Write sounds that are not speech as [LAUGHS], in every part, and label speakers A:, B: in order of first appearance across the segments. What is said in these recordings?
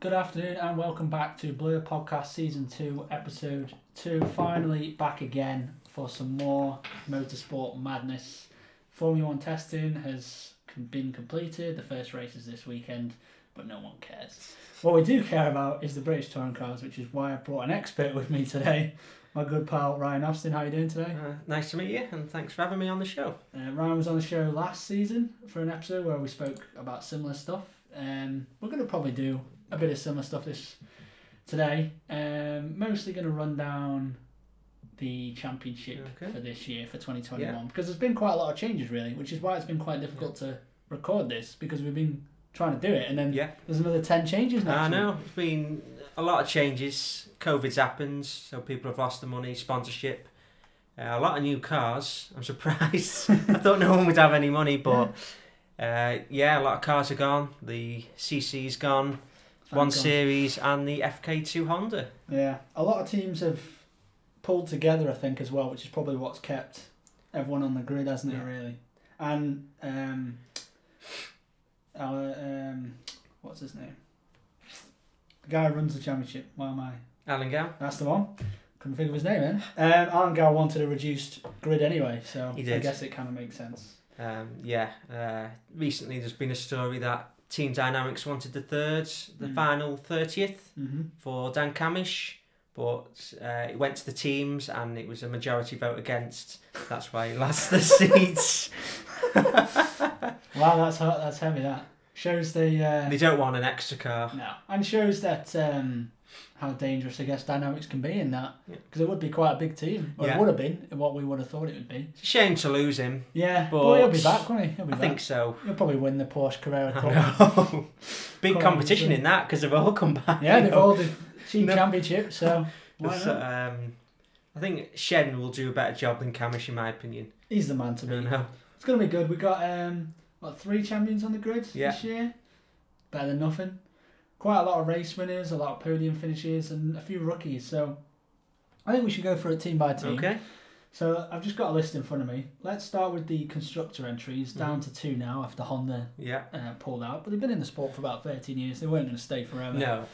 A: Good afternoon and welcome back to Blur Podcast Season 2, Episode 2. Finally back again for some more motorsport madness. Formula 1 testing has been completed, the first race is this weekend, but no one cares. What we do care about is the British touring cars, which is why I brought an expert with me today. My good pal Ryan Austin, how are you doing today?
B: Uh, nice to meet you, and thanks for having me on the show.
A: Uh, Ryan was on the show last season for an episode where we spoke about similar stuff. Um, we're going to probably do a bit of similar stuff this today. Um, mostly going to run down the championship
B: Okay.
A: for this year for 2021 because there's been quite a lot of changes really, which is why it's been quite difficult to record this because we've been trying to do it and then
B: Yeah,
A: there's another 10 changes now.
B: I know. It's been a lot of changes. COVID's happened, so people have lost the money, sponsorship, uh, a lot of new cars. I'm surprised. I thought no one would have any money, but uh, yeah, a lot of cars are gone. The CC's gone, One Series, and the FK2 Honda.
A: Yeah, a lot of teams have pulled together, I think, as well, which is probably what's kept everyone on the grid, hasn't it?
B: Yeah.
A: Really, and um, our um, what's his name? The guy who runs the championship. Why am I?
B: Alan Gow,
A: That's the one. Couldn't think of his name. Then um, Alan Gow wanted a reduced grid anyway, so
B: He
A: I
B: did.
A: guess it kind of makes sense.
B: Um, yeah, uh, recently there's been a story that Team Dynamics wanted the thirds, the
A: Mm.
B: final 30th.
A: hmm
B: for Dan Camish, but uh, it went to the teams and it was a majority vote against. That's why he
A: [LAUGHS]
B: lost the seats.
A: Wow, that's hot. That's heavy. That shows the. Uh,
B: They don't want an extra car.
A: No, and shows that um, how dangerous I guess dynamics can be in that
B: Yeah.
A: because it would be quite a big team. Or
B: Yeah.
A: It would have been what we would have thought it would be.
B: It's a shame to lose him.
A: Yeah, but,
B: But-
A: he'll be back, won't he? He'll be
B: I
A: back.
B: think so.
A: He'll probably win the Porsche Carrera
B: I
A: Cup.
B: know. Big
A: Come on,
B: competition
A: Jim.
B: in that because they've all come
A: [LAUGHS]
B: back.
A: Yeah,
B: you
A: they've
B: know. [LAUGHS]
A: all the cheap
B: No.
A: championship, so why
B: So,
A: not?
B: um, I think Shen will do a better job than Camish, in my opinion.
A: He's the man to
B: I
A: beat.
B: don't know.
A: It's gonna be good. We got um, what three champions on the grid
B: Yeah.
A: this year. Better than nothing. Quite a lot of race winners, a lot of podium finishes, and a few rookies. So, I think we should go for it team by team.
B: Okay.
A: So I've just got a list in front of me. Let's start with the constructor entries, down to two now after Honda
B: Yeah.
A: uh, pulled out. But they've been in the sport for about 13 years. They weren't going to stay forever.
B: No.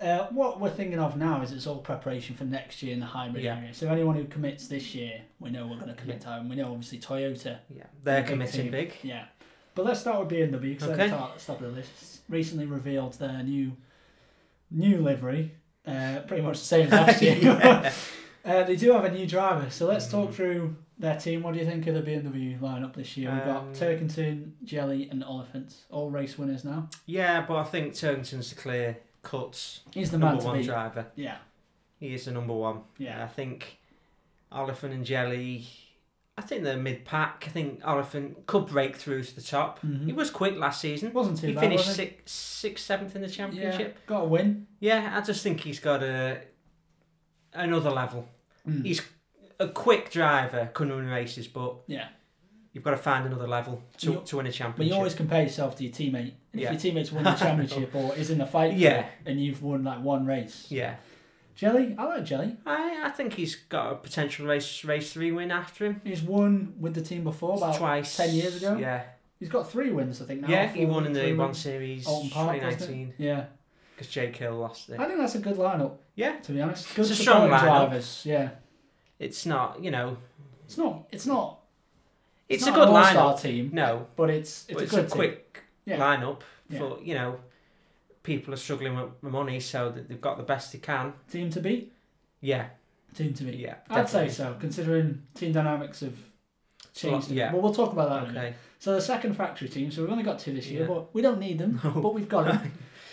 A: Uh, what we're thinking of now is it's all preparation for next year in the hybrid
B: Yeah.
A: area. So anyone who commits this year, we know we're going to commit to hybrid. We know obviously Toyota.
B: Yeah. They're
A: Big
B: committing
A: team.
B: big.
A: Yeah. But let's start with BMW because they're
B: Okay.
A: at the top- top of the list. Recently revealed their new new livery. Uh, pretty much the same as last year.
B: [LAUGHS]
A: [LAUGHS]
B: Yeah.
A: Uh, they do have a new driver, so let's
B: Hmm.
A: talk through their team. What do you think of the BMW lineup this year? We've got
B: Um,
A: Turkington, Jelly, and Oliphant, all race winners now.
B: yeah, but I think Turlington's the clear cut
A: He's the man
B: number
A: to
B: one
A: beat.
B: driver.
A: Yeah,
B: He is the number one.
A: yeah,
B: I think Oliphant and Jelly. I think they're mid pack. I think Oliphant could break through to the top.
A: Mhm.
B: He was quick last season.
A: It wasn't too
B: He
A: bad.
B: finished
A: was it?
B: six, sixth, seventh in the championship.
A: Yeah, got a win.
B: Yeah. I just think he's got a another level.
A: Mm.
B: He's a quick driver, can run races, but
A: Yeah.
B: you've got to find another level to,
A: You-
B: to win a
A: But you
B: championship.
A: always compare yourself to your teammate. And
B: Yeah.
A: If your teammate's won
B: [LAUGHS]
A: the championship or is in the fight, for
B: Yeah.
A: it, and you've won like one race.
B: yeah,
A: Jelly, I like Jelly.
B: I, I think he's got a potential race race three win after him.
A: He's won with the team before about
B: twice
A: 10 years ago.
B: Yeah,
A: He's got three wins, I think. Now,
B: yeah, he
A: Four-
B: won in
A: three
B: the one
A: wins.
B: series
A: Alton Park, wasn't it?
B: 2019
A: Yeah,
B: because Jake Hill lost it.
A: I think that's a good lineup.
B: Yeah,
A: to be honest. Good
B: It's a
A: supporting
B: strong lineup.
A: drivers. Yeah,
B: it's not you know
A: it's not. It's not.
B: it's, a
A: not
B: good
A: an all-star
B: lineup
A: team,
B: no
A: but it's
B: but
A: it's
B: it's
A: a
B: a,
A: good team.
B: quick
A: Yeah.
B: lineup
A: Yeah.
B: for you know people are struggling with with money so that they've got the best they can
A: team to beat.
B: yeah
A: Team to beat.
B: yeah
A: I'd say
B: definitely.
A: so, considering team dynamics have changed.
B: Well, yeah.
A: Well, we'll talk about that. in a minute.
B: okay
A: So the second factory team. So we've only got two this year,
B: Yeah.
A: but we don't need them.
B: [LAUGHS] No.
A: But we've got them.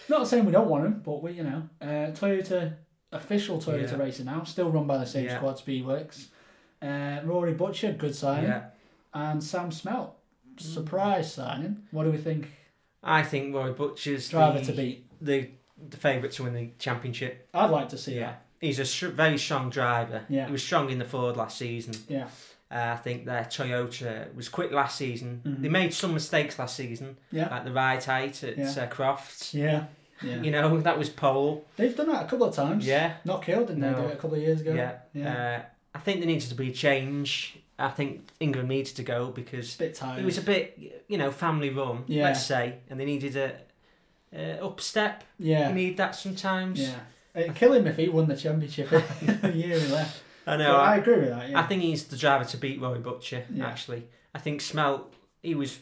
A: Not saying we don't want them, but we, you know, uh, Toyota official Toyota
B: Yeah.
A: racer now, still run by the same
B: Yeah.
A: squad, Speedworks. Uh, Rory Butcher, good signing,
B: yeah Mm.
A: and Sam Smelt, surprise signing. What do we think?
B: I think Roy Butcher's
A: Driver
B: the,
A: to beat.
B: the the favourite to win the championship
A: I'd like to see
B: yeah he's a str- very strong driver
A: Yeah.
B: he was strong in the Ford last season
A: that. Yeah.
B: Uh, I think their Toyota was quick last season.
A: Mhm.
B: They made some mistakes last season,
A: Yeah.
B: like the right height at
A: Yeah.
B: uh, Crofts.
A: Yeah.
B: [LAUGHS]
A: Yeah.
B: You know that was pole.
A: They've done that a couple of times.
B: Yeah,
A: Not killed, didn't they
B: No.
A: do it a couple of years ago?
B: yeah.
A: Yeah.
B: Uh, I think there needed to be a change. I think England needed to go because
A: It's a bit tired.
B: it was a bit, you know, family run,
A: Yeah.
B: let's say, and they needed a uh, upstep.
A: Yeah.
B: You need that sometimes.
A: Yeah. It'd kill him if he won the championship [LAUGHS] the year he left.
B: I
A: But
B: know.
A: I
B: I,
A: agree with that, yeah.
B: I think he's the driver to beat Roy Butcher.
A: Yeah.
B: Actually, I think Smell. He was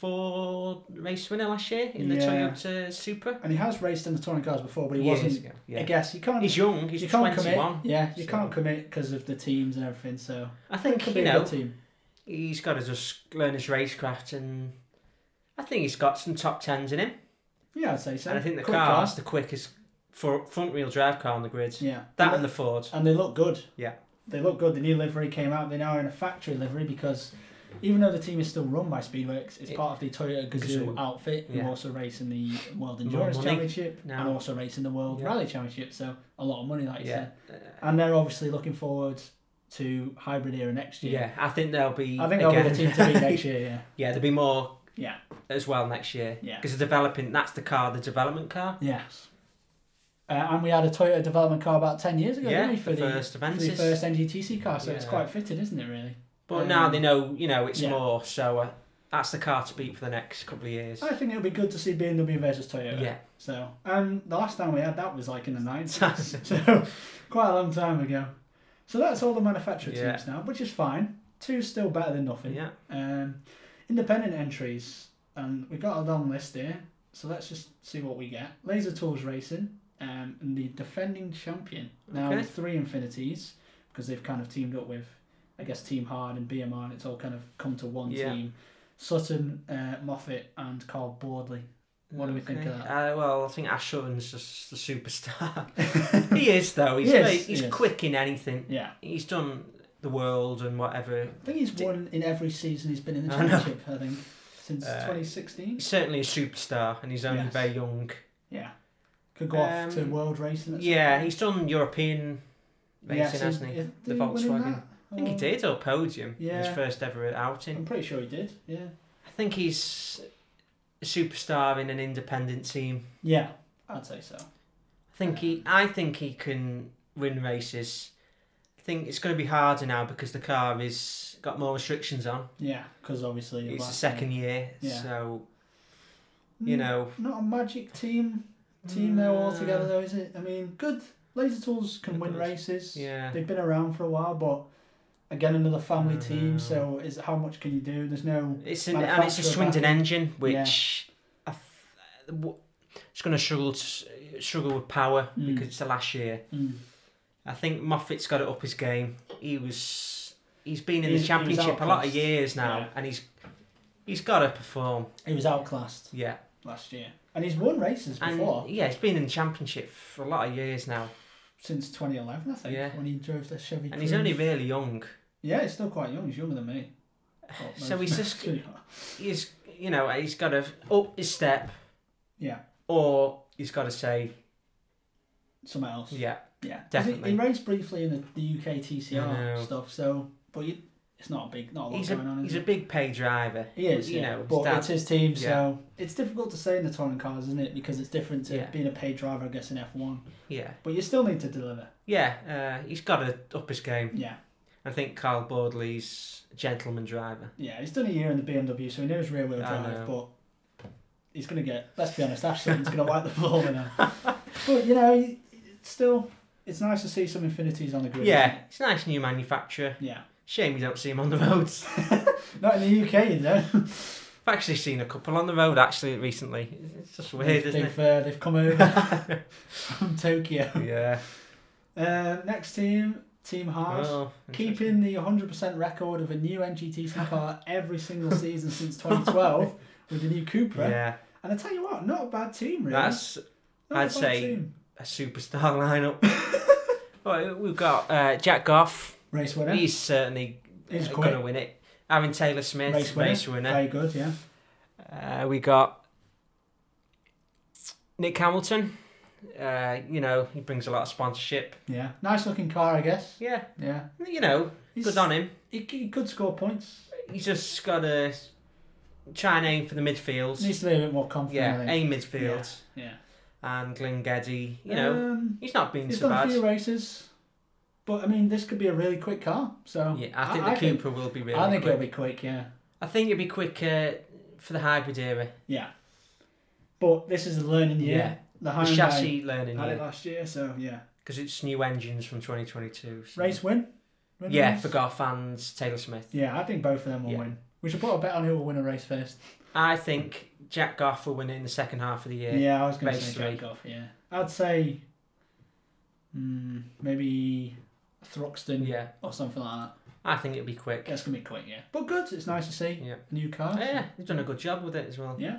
B: GT4 race winner last year in the
A: Yeah.
B: Toyota Supra.
A: and he has raced in the touring cars before, but he
B: Years
A: wasn't.
B: ago. Yeah.
A: I guess you can't.
B: He's young. He's
A: you can't commit.
B: 21.
A: Yeah, you
B: so-
A: can't commit because of the teams and everything. So
B: I
A: it
B: think
A: could be
B: you
A: a
B: know
A: good team.
B: he's got to just learn his racecraft, and I think he's got some top tens in him.
A: Yeah, I'd say so.
B: and I think the
A: Quick
B: car's
A: car.
B: the quickest for front wheel drive car on the grid.
A: Yeah.
B: That and the Ford.
A: and they look good.
B: Yeah.
A: They look good. The new livery came out. They now are in a factory livery because even though the team is still run by Speedworks, it's
B: It-
A: part of the Toyota Gazoo
B: Gazoo.
A: outfit who
B: Yeah.
A: also race in the World Endurance
B: money
A: Championship
B: now.
A: and also race in the World
B: Yeah.
A: Rally Championship. So a lot of money, like you
B: Yeah.
A: said.
B: Uh,
A: And they're obviously looking forward to hybrid era next year.
B: yeah, I think there'll be.
A: I think they'll be
B: again-
A: the team
B: [LAUGHS]
A: to beat next year. Yeah.
B: yeah, there'll be more.
A: Yeah.
B: As well next year.
A: Yeah.
B: Because they're developing. That's the car, the development car.
A: Yes. Uh, and we had a Toyota development car about 10 years ago,
B: yeah.
A: didn't we? For
B: The
A: the,
B: first
A: for the
B: Avensis.
A: first NGTC car, so it's
B: Yeah.
A: quite fitting, isn't it, really?
B: But now
A: um,
B: they know. You know, it's
A: yeah.
B: more. So uh, that's the car to beat for the next couple of years.
A: I think it'll be good to see BMW versus Toyota.
B: yeah.
A: So, um, the last time we had that was like in the
B: [LAUGHS]
A: 90s, [LAUGHS] so quite a long time ago. So that's all the manufacturer teams
B: Yeah.
A: now, which is fine. Two's still better than nothing.
B: Yeah.
A: Um, independent entries, and we've got a long list here, so let's just see what we get. Laser Tools Racing, um, and the defending champion. Now,
B: Okay.
A: three Infinities, because they've kind of teamed up with, I guess, Team Hard and BMR, and it's all kind of come to one
B: Yeah.
A: team. Sutton, uh, Moffat, and Carl Boardley. What do we think of
B: Uh, well, I think Ashton's just the superstar. [LAUGHS] [LAUGHS] he is though. He's
A: He is,
B: very,
A: he
B: he's
A: is.
B: quick in anything.
A: Yeah,
B: He's done the world and whatever.
A: I think he's won in every season he's been in the
B: I know.
A: championship. I, think since
B: Uh,
A: 2016.
B: He's certainly a superstar, and he's only
A: Yes.
B: very young.
A: Yeah, could go off to
B: Um,
A: world racing. at some
B: yeah,
A: point.
B: he's done European racing,
A: Yeah, so
B: hasn't he?
A: if-
B: The
A: did win in
B: Volkswagen.
A: that?
B: I think he
A: Or-
B: did or podium in his
A: Oh. Yeah.
B: first ever
A: I'm
B: outing.
A: pretty sure he did. Yeah.
B: I think he's a superstar in an independent team.
A: Yeah, I'd say so.
B: I think he, I think he can win races. I think it's going to be harder now because the car is got more restrictions on.
A: Yeah, because obviously
B: It's the
A: last
B: second year,
A: Yeah.
B: so
A: year.
B: you
A: Mm,
B: know.
A: Not a magic team team there all
B: uh,
A: together though, is it? I mean, good. Laser Tools can
B: Good
A: win
B: boys.
A: races.
B: Yeah.
A: They've been around for a while, but again another family team.
B: Mm.
A: So is how much can you do? There's no.
B: It's an, and it's a
A: manufacturer
B: Swindon
A: back.
B: engine, which I th- w- it's going to struggle to, s- struggle with power
A: Mm.
B: because it's the last year.
A: Mm.
B: I think Moffat's got it up his game. He was he's been in
A: He's- he
B: the
A: was
B: championship a lot of
A: outclassed.
B: years now,
A: Yeah.
B: and he's he's got to perform.
A: He was outclassed
B: Yeah,
A: last year, and he's won races
B: and
A: before
B: yeah, he's been in the championship for a lot of years now,
A: since 2011, I think,
B: Yeah.
A: when he drove the Chevy.
B: and he's
A: Cruze.
B: only really young.
A: yeah, he's still quite young. He's younger than me. Well,
B: So
A: no, [LAUGHS]
B: he's just
A: too.
B: he's you know he's got to up his step,
A: yeah,
B: or he's got to say
A: someone else.
B: yeah.
A: Yeah, 'cause
B: Definitely.
A: He, he raced briefly in the, the UK
B: I
A: TCR
B: know.
A: stuff, so but you, it's not a big, not a lot
B: He's
A: going
B: a
A: on. Is
B: he's a
A: it?
B: big pay driver.
A: he is,
B: you
A: yeah,
B: know, his
A: but
B: dad-
A: it's his team, so
B: yeah.
A: it's difficult to say in the touring cars, isn't it? Because it's different to
B: Yeah.
A: being a paid driver, I guess, in F one.
B: Yeah,
A: But you still need to deliver.
B: yeah, uh, he's got to up his game.
A: Yeah,
B: I think Carl Boardley's a gentleman driver.
A: yeah. He's done a year in the BMW, so he knows rear wheel
B: I
A: drive, but
B: know.
A: he's gonna get. Let's be honest, Ashton's gonna wipe the floor with
B: [LAUGHS]
A: him. But you know, he- it's still, it's nice to see some infinities on the grid. isn't
B: Yeah,
A: it?
B: it's a nice new manufacturer.
A: yeah.
B: Shame you don't see him on the roads.
A: Not in the UK, you know.
B: I've actually seen a couple on the road actually recently. It's just weird,
A: they've,
B: isn't
A: they've, uh, they've come over
B: [LAUGHS]
A: from Tokyo. [LAUGHS]
B: it? Yeah.
A: Uh, next team, Team Haas.
B: Oh,
A: Keeping the 100% record of a new NGTC
B: [LAUGHS]
A: car every single season since 2012 with the new Cupra.
B: Yeah,
A: And I tell you what, not a bad team, really.
B: that's
A: not a
B: I'd
A: bad
B: say- [LAUGHS]
A: team.
B: a superstar lineup. well, we've got uh, Jack Goff.
A: Race winner.
B: He's certainly
A: He's
B: going to
A: quick.
B: win it. Aaron Taylor Smith,
A: Race winner. Very good, yeah.
B: Uh, we got Nick Hamilton. Uh, you know, he brings a lot of sponsorship.
A: Yeah. Nice looking car, I guess.
B: Yeah,
A: Yeah.
B: you know,
A: He's,
B: good on him.
A: he, he could score points.
B: He's just got to try and aim for the midfield.
A: Needs to be a bit more confident, I
B: yeah,
A: think.
B: aim midfield.
A: Yeah.
B: And Glengaddy, you know,
A: Um,
B: he's not been
A: he's
B: so
A: done a
B: bad.
A: few races. But, I mean, this could be a really quick car. So
B: Yeah, I think
A: I
B: the
A: think-
B: Cooper will be really
A: I think
B: quick.
A: it'll be quick, yeah.
B: I think it'll be quicker for the hybrid era.
A: Yeah. But this is the learning year.
B: Yeah.
A: The
B: The
A: Hyundai
B: chassis learning
A: had it
B: year
A: last year, so yeah.
B: because it's new engines from 2022. so-
A: Race win. Win
B: Yeah,
A: race?
B: for Garth and Taylor Smith.
A: Yeah, I think both of them will
B: Yeah.
A: win. We should put a bet on who will win a race first.
B: I think Jack Garth will win it in the second half of the
A: Yeah,
B: year.
A: I was going to
B: race
A: say
B: three.
A: Jack Goff, yeah. I'd say mm, maybe Thruxton
B: Yeah.
A: or something like that.
B: I think it'll be quick.
A: That's going to be quick, yeah. But good, it's nice to see.
B: Yeah.
A: New car.
B: Yeah, they've done a good job with it as well.
A: Yeah.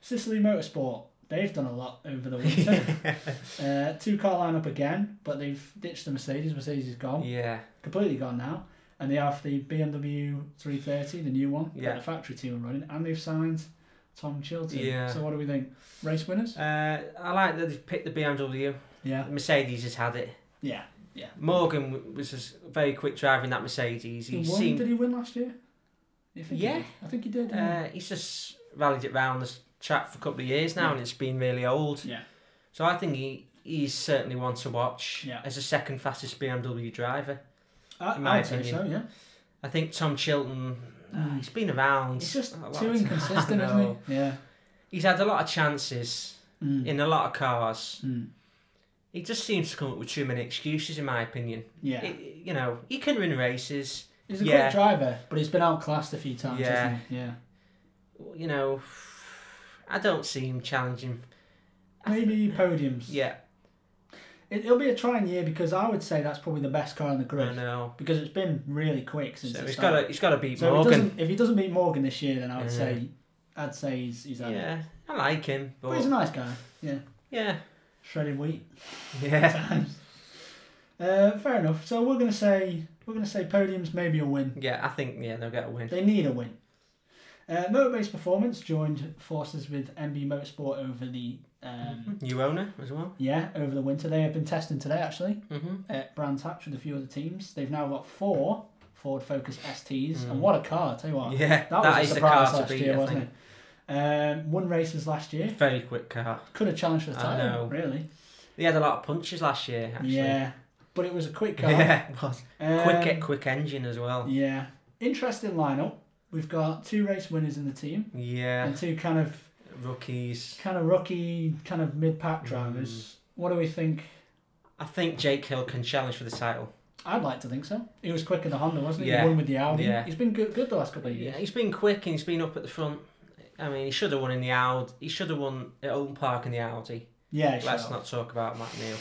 A: Sicily Motorsport, they've done a lot over
B: [LAUGHS]
A: the winter. uh, two car lineup again, but they've ditched the Mercedes. Mercedes is gone,
B: Yeah,
A: completely gone now. And they have the BMW 330, the new one
B: Yeah.
A: that the factory team are running, and they've signed Tom Chilton.
B: Yeah.
A: So what do we think? Race winners?
B: uh, I like that they've picked the BMW.
A: Yeah.
B: Mercedes has had it.
A: Yeah.
B: Morgan w- was just very quick driving that Mercedes.
A: He
B: He
A: won,
B: seemed,
A: Did he win last year? You think he
B: Yeah.
A: did? I think he did. yeah.
B: uh, he's just rallied it round the track for a couple of years now,
A: Yeah.
B: and it's been really old.
A: Yeah.
B: So I think he he's certainly one to watch
A: Yeah.
B: as the second fastest BMW driver.
A: I,
B: in my
A: I'd say so.
B: opinion.
A: Yeah.
B: I think Tom Chilton, uh, he's been around.
A: Mm. He's just
B: a lot
A: too
B: of time. [LAUGHS]
A: inconsistent,
B: I
A: isn't
B: know.
A: he? Yeah.
B: He's had a lot of chances
A: Mm.
B: in a lot of cars.
A: Mm.
B: He just seems to come up with too many excuses, in my opinion.
A: Yeah.
B: It- you know, he can win races.
A: He's a
B: Yeah.
A: great driver, but he's been outclassed a few times,
B: Yeah.
A: hasn't he? Yeah.
B: You know, I don't see him challenging.
A: Maybe podiums.
B: Yeah,
A: It, it'll be a trying year because I would say that's probably the best car on the
B: I
A: grid
B: know.
A: because it's been really quick since.
B: So
A: it
B: he's got
A: started.
B: to he's got to beat
A: So if he,
B: Morgan.
A: doesn't, if he doesn't beat Morgan this year, then I would
B: Yeah.
A: say, I'd say he's he's had it.
B: Yeah, I like him,
A: But,
B: but
A: he's a nice guy. Yeah. [LAUGHS]
B: yeah,
A: Shredded
B: [LAUGHS]
A: wheat.
B: yeah,
A: times. Uh, fair enough. So we're gonna say we're gonna say podiums maybe a win.
B: yeah. I think yeah they'll get a win.
A: They need a win. Uh, Motorbase Performance joined forces with MB Motorsport over the um,
B: New owner as well.
A: yeah over the winter. They have been testing today actually
B: hmm
A: at Brands Hatch uh, with a few other teams. They've now got four Ford Focus STs
B: Mm.
A: and what a car! I tell you what,
B: Yeah,
A: that,
B: that
A: was
B: is
A: a
B: the
A: surprise
B: car to
A: last
B: beat.
A: year,
B: I
A: wasn't
B: think.
A: it? Um, won races last year.
B: Very quick car.
A: Could have challenged for the
B: I
A: title,
B: know.
A: really.
B: They had a lot of punches last year. Actually. [LAUGHS]
A: Yeah, but it was a quick car.
B: Yeah, it was.
A: Um,
B: quick quick engine as well.
A: Yeah. Interesting lineup. We've got two race winners in the team
B: Yeah,
A: and two kind of
B: rookies.
A: kind of rookie, kind of mid
B: Hmm.
A: pack drivers. What do we think?
B: I think Jake Hill can challenge for the title.
A: I'd like to think so. He was quick in the Honda, wasn't he?
B: Yeah.
A: He won with the Audi.
B: Yeah.
A: He's been good, good the last couple of
B: Yeah,
A: years.
B: he's been quick and he's been up at the front. I mean, he should have won in the Audi. He should have won at Oldham Park in the Audi.
A: Yeah, he's
B: Let's
A: shut up.
B: not talk about Matt Neal.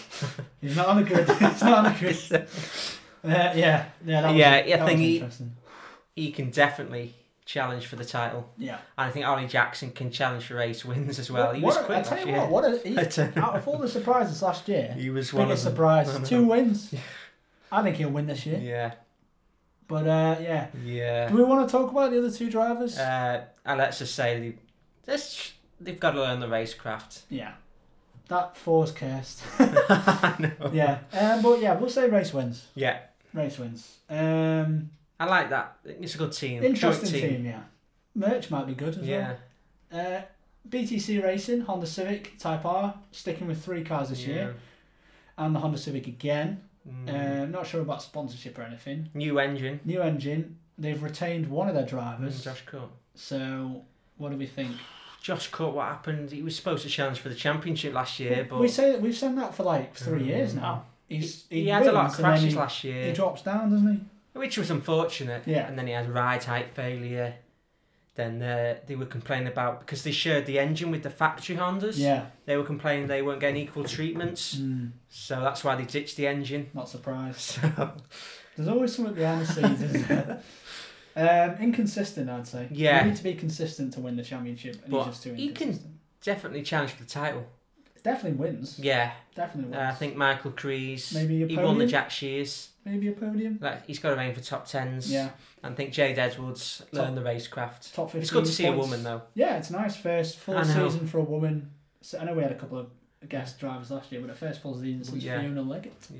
A: He's not on the grid. [LAUGHS] he's not on the
B: [LAUGHS]
A: grid. Uh, yeah, yeah, that was,
B: Yeah, yeah,
A: that
B: I think
A: was
B: he-
A: interesting.
B: He can definitely challenge for the title,
A: Yeah.
B: and I think Ollie Jackson can challenge for race wins as well. He
A: What
B: was
A: a- I
B: quick
A: tell
B: last
A: you
B: year.
A: what, what a, he,
B: [LAUGHS] I tell you-
A: out of all the surprises last year,
B: He was one of
A: biggest
B: them. I know.
A: surprise,
B: [LAUGHS]
A: two wins. I think he'll win this year.
B: Yeah,
A: But uh, yeah,
B: yeah.
A: Do we want to talk about the other two drivers?
B: Uh, and let's just say they, this, they've got to learn the racecraft.
A: yeah. That four's cursed.
B: [LAUGHS] I know.
A: [LAUGHS] yeah. Um, but yeah, we'll say race wins.
B: Yeah,
A: Race wins. Um,
B: I like that. It's a good team. Joint
A: interesting team. yeah. Merch might be good as
B: Yeah,
A: well. Uh, BTC Racing, Honda Civic, Type R, sticking with three cars this
B: yeah.
A: year, and the Honda Civic again.
B: Mm.
A: Um not sure about sponsorship or anything.
B: New engine.
A: New engine. They've retained one of their drivers.
B: Hmm, Josh Cook.
A: So, what do we think?
B: Josh Cook, what happened? He was supposed to challenge for the championship last year, but
A: we say that we've said that for like three years
B: Mm.
A: now. He's,
B: he, had a lot
A: wins
B: of
A: and then
B: crashes
A: he-
B: last
A: He
B: year,
A: drops down, doesn't he?
B: which was unfortunate.
A: Yeah.
B: And then he had ride height failure. Then uh, they were complaining about because they shared the engine with the factory Hondas.
A: Yeah.
B: They were complaining they weren't getting equal treatments, so that's why they ditched the engine. [LAUGHS]
A: not surprised.
B: So
A: There's always something behind the scenes, isn't
B: [LAUGHS]
A: there? Um, inconsistent, I'd say.
B: Yeah.
A: You need to be consistent to win the championship, and
B: But
A: he's just too
B: he can-
A: inconsistent.
B: definitely challenged for the title.
A: Definitely wins.
B: Yeah.
A: Definitely
B: Uh,
A: wins.
B: I think Michael Crees.
A: Maybe a
B: he won the
A: podium?
B: Jack Shears.
A: Maybe a podium.
B: Like he's got to aim for top tens.
A: Yeah.
B: And I think Jade Edwards learned the racecraft.
A: Top 15
B: It's good to see a
A: points.
B: woman though.
A: Yeah, it's nice. First full
B: I know.
A: season for a woman. So, I know we had a couple of guest drivers last year, but the first full season since
B: Yeah.
A: Fiona Leggett.
B: Yeah.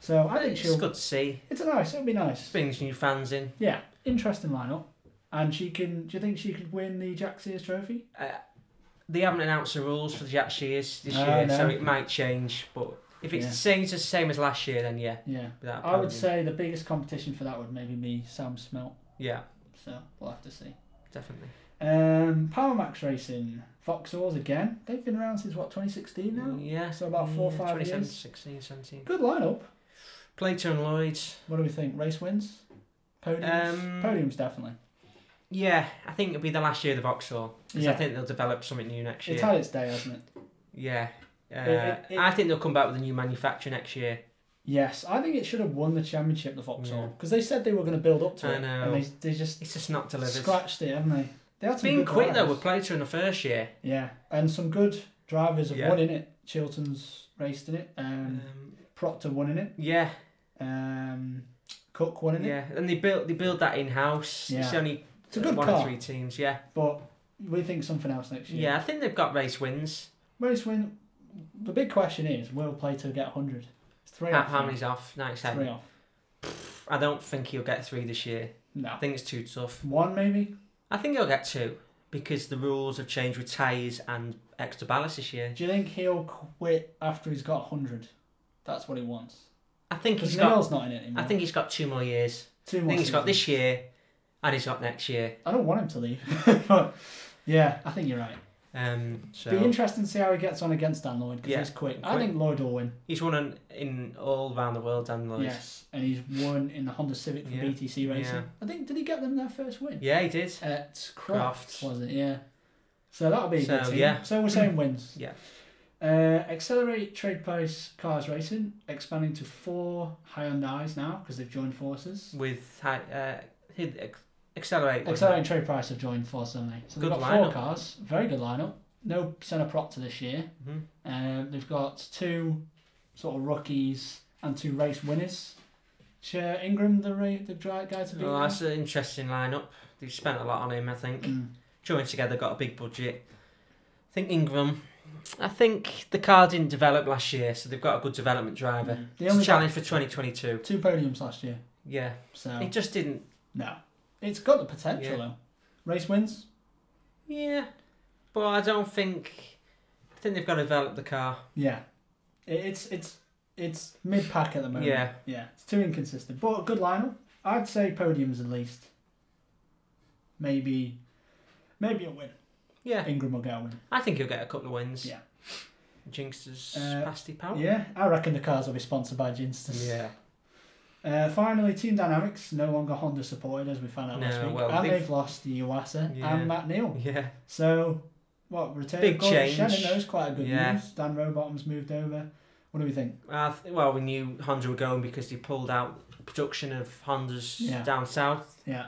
A: So I think
B: It's
A: she'll.
B: good to see.
A: It's a nice. It'll be nice.
B: Brings new fans in.
A: Yeah, interesting lineup. And she can. Do you think she could win the Jack Sears Trophy?
B: Uh, they haven't announced the rules for the Jack Shears this
A: No,
B: year,
A: Oh, no.
B: so it might change. But if it's
A: Yeah.
B: the same, it's the same as last year, then yeah.
A: Yeah.
B: Without a
A: I would
B: podium.
A: say the biggest competition for that would maybe be Sam Smelt.
B: yeah,
A: So we'll have to see.
B: definitely.
A: Um, Powermax Racing, Vauxhalls again. They've been around since what 2016 now.
B: Yeah.
A: So about four or
B: yeah,
A: five
B: 27,
A: years.
B: 16, 17.
A: Good lineup.
B: Plato and Lloyd's.
A: What do we think? Race wins, podiums,
B: Um,
A: podiums definitely.
B: Yeah, I think it'll be the last year of the Vauxhall. 'cause I
A: Yeah.
B: think they'll develop something new next year.
A: It's had its day, hasn't it?
B: yeah. Uh,
A: It- it-
B: I think they'll come back with a new manufacturer next year.
A: Yes, I think it should have won the championship, the Vauxhall,
B: Yeah.
A: because they said they were going to build up to
B: I
A: it,
B: know.
A: and they they just
B: It's just not delivered.
A: scratched it, haven't they? They had
B: it's
A: some
B: been
A: good
B: quick though
A: drivers.
B: with Plato in the first year.
A: Yeah, and some good drivers have
B: Yeah.
A: won in it. Chilton's raced in it. Um,
B: Um,
A: Proctor won in it.
B: yeah,
A: Um, Cook won in it.
B: yeah, and they built they build that in house. It's
A: Yeah.
B: only
A: It's a good
B: one or
A: car,
B: three teams. Yeah,
A: but we think something else next year.
B: yeah, I think they've got race wins.
A: Race win. The big question is, will Plato get 100? It's three
B: How,
A: off.
B: how
A: now.
B: many's off?
A: Three
B: 97.
A: off.
B: I don't think he'll get three this year.
A: No.
B: I think it's too tough.
A: One maybe.
B: I think he'll get two because the rules have changed with tyres and extra ballast this year.
A: Do you think he'll quit after he's got 100? That's what he wants.
B: I think
A: Because
B: he's got.
A: Neil's not in it anymore.
B: I think he's got two more years.
A: Two
B: I
A: more
B: think he's got
A: seasons.
B: this year, and he's got next year.
A: I don't want him to leave. [LAUGHS] but yeah, I think you're right.
B: Um, so
A: Be interesting to see how he gets on against Dan Lloyd because
B: Yeah,
A: he's quick. I
B: quick.
A: think Lloyd will win.
B: He's won an, in all around the world, Dan Lloyd.
A: Yes, and he's won in the Honda Civic for
B: Yeah,
A: BTC Racing.
B: yeah.
A: I think did he get them their first win
B: Yeah, he did.
A: at Crofts,
B: Crofts.
A: Was it? Yeah. So that'll be a good
B: So,
A: team.
B: yeah.
A: So we're saying wins.
B: [CLEARS THROAT] Yeah.
A: Uh, accelerate trade price cars racing expanding to four Hyundai's now because they've joined forces.
B: With hi- uh, he'd ac- accelerate. wasn't
A: Accelerate and trade price have joined forces, haven't they? So they've
B: Good
A: got four
B: lineup.
A: cars. Very good lineup. No centre prop to this year.
B: it? Mhm.
A: Um, they've got two sort of rookies and two race winners. Chair Ingram, the ra- the dri- guy to beat.
B: Well,
A: now?
B: that's an interesting lineup. They've spent a lot on him, I think.
A: Mm.
B: Joined together, got a big budget. I think Ingram. I think the car didn't develop last year, so they've got a good development driver.
A: They
B: It's a
A: only got
B: challenge for 2022.
A: two podiums last year,
B: Yeah,
A: so
B: it just didn't.
A: no, it's got the potential
B: Yeah.
A: though. Race wins,
B: Yeah, but I don't think. I think they've got to develop the car.
A: yeah, It- it's it's it's mid pack at the moment.
B: Yeah.
A: yeah, it's too inconsistent, but a good lineup. I'd say podiums at least. Maybe, maybe a win.
B: Yeah,
A: Ingram will get a win.
B: I think he'll get a couple of wins.
A: Yeah.
B: Jinx has
A: Uh,
B: passed it out.
A: Yeah, I reckon the cars will be sponsored by Ginston.
B: Oh. Yeah.
A: Uh, finally, Team Dynamics no longer Honda supported as we found out
B: No,
A: last week,
B: well,
A: and
B: they've-
A: they've, lost Iwasa
B: Yeah.
A: and Matt Neal.
B: Yeah.
A: So, what return?
B: Big
A: Gordon
B: change.
A: Shannon, that was quite a good
B: Yeah.
A: news. Dan Rowbottom's moved over. What do we think?
B: I th- well, we knew Honda were going because they pulled out production of Hondas
A: Yeah.
B: down south.
A: Yeah,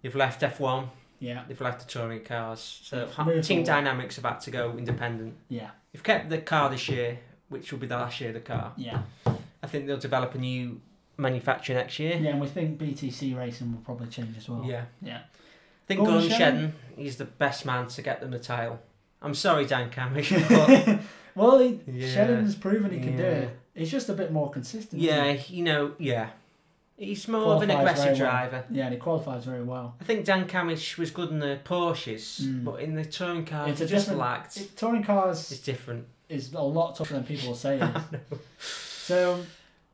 B: They've left F1.
A: yeah,
B: They've left the touring cars. So
A: They've
B: Hon-
A: moved
B: Team
A: on.
B: Dynamics have had to go independent.
A: yeah,
B: They've kept the car this year, which will be the last year of the car.
A: yeah.
B: I think they'll develop a new manufacturer next year.
A: Yeah, and we think BTC Racing will probably change as well.
B: Yeah.
A: Yeah.
B: I think
A: Oh. Gordon
B: Gordon Shedden
A: Shannon.
B: is the best man to get them the title. I'm sorry, Dan Camish,
A: [LAUGHS]
B: but
A: Well, he,
B: Yeah.
A: Shannon's proven he can do
B: Yeah.
A: it. He's just a bit more consistent. isn't
B: yeah, you know, yeah. He's more of an
A: Qualifies
B: aggressive
A: very well.
B: driver.
A: he? Yeah, and he qualifies very well.
B: I think Dan Camish was good in the Porsches,
A: Mm.
B: but in the touring cars,
A: It's
B: he
A: a
B: just
A: different-
B: lacked.
A: It, touring cars
B: It's different.
A: is a lot tougher than people say
B: [LAUGHS]
A: it is. so, um,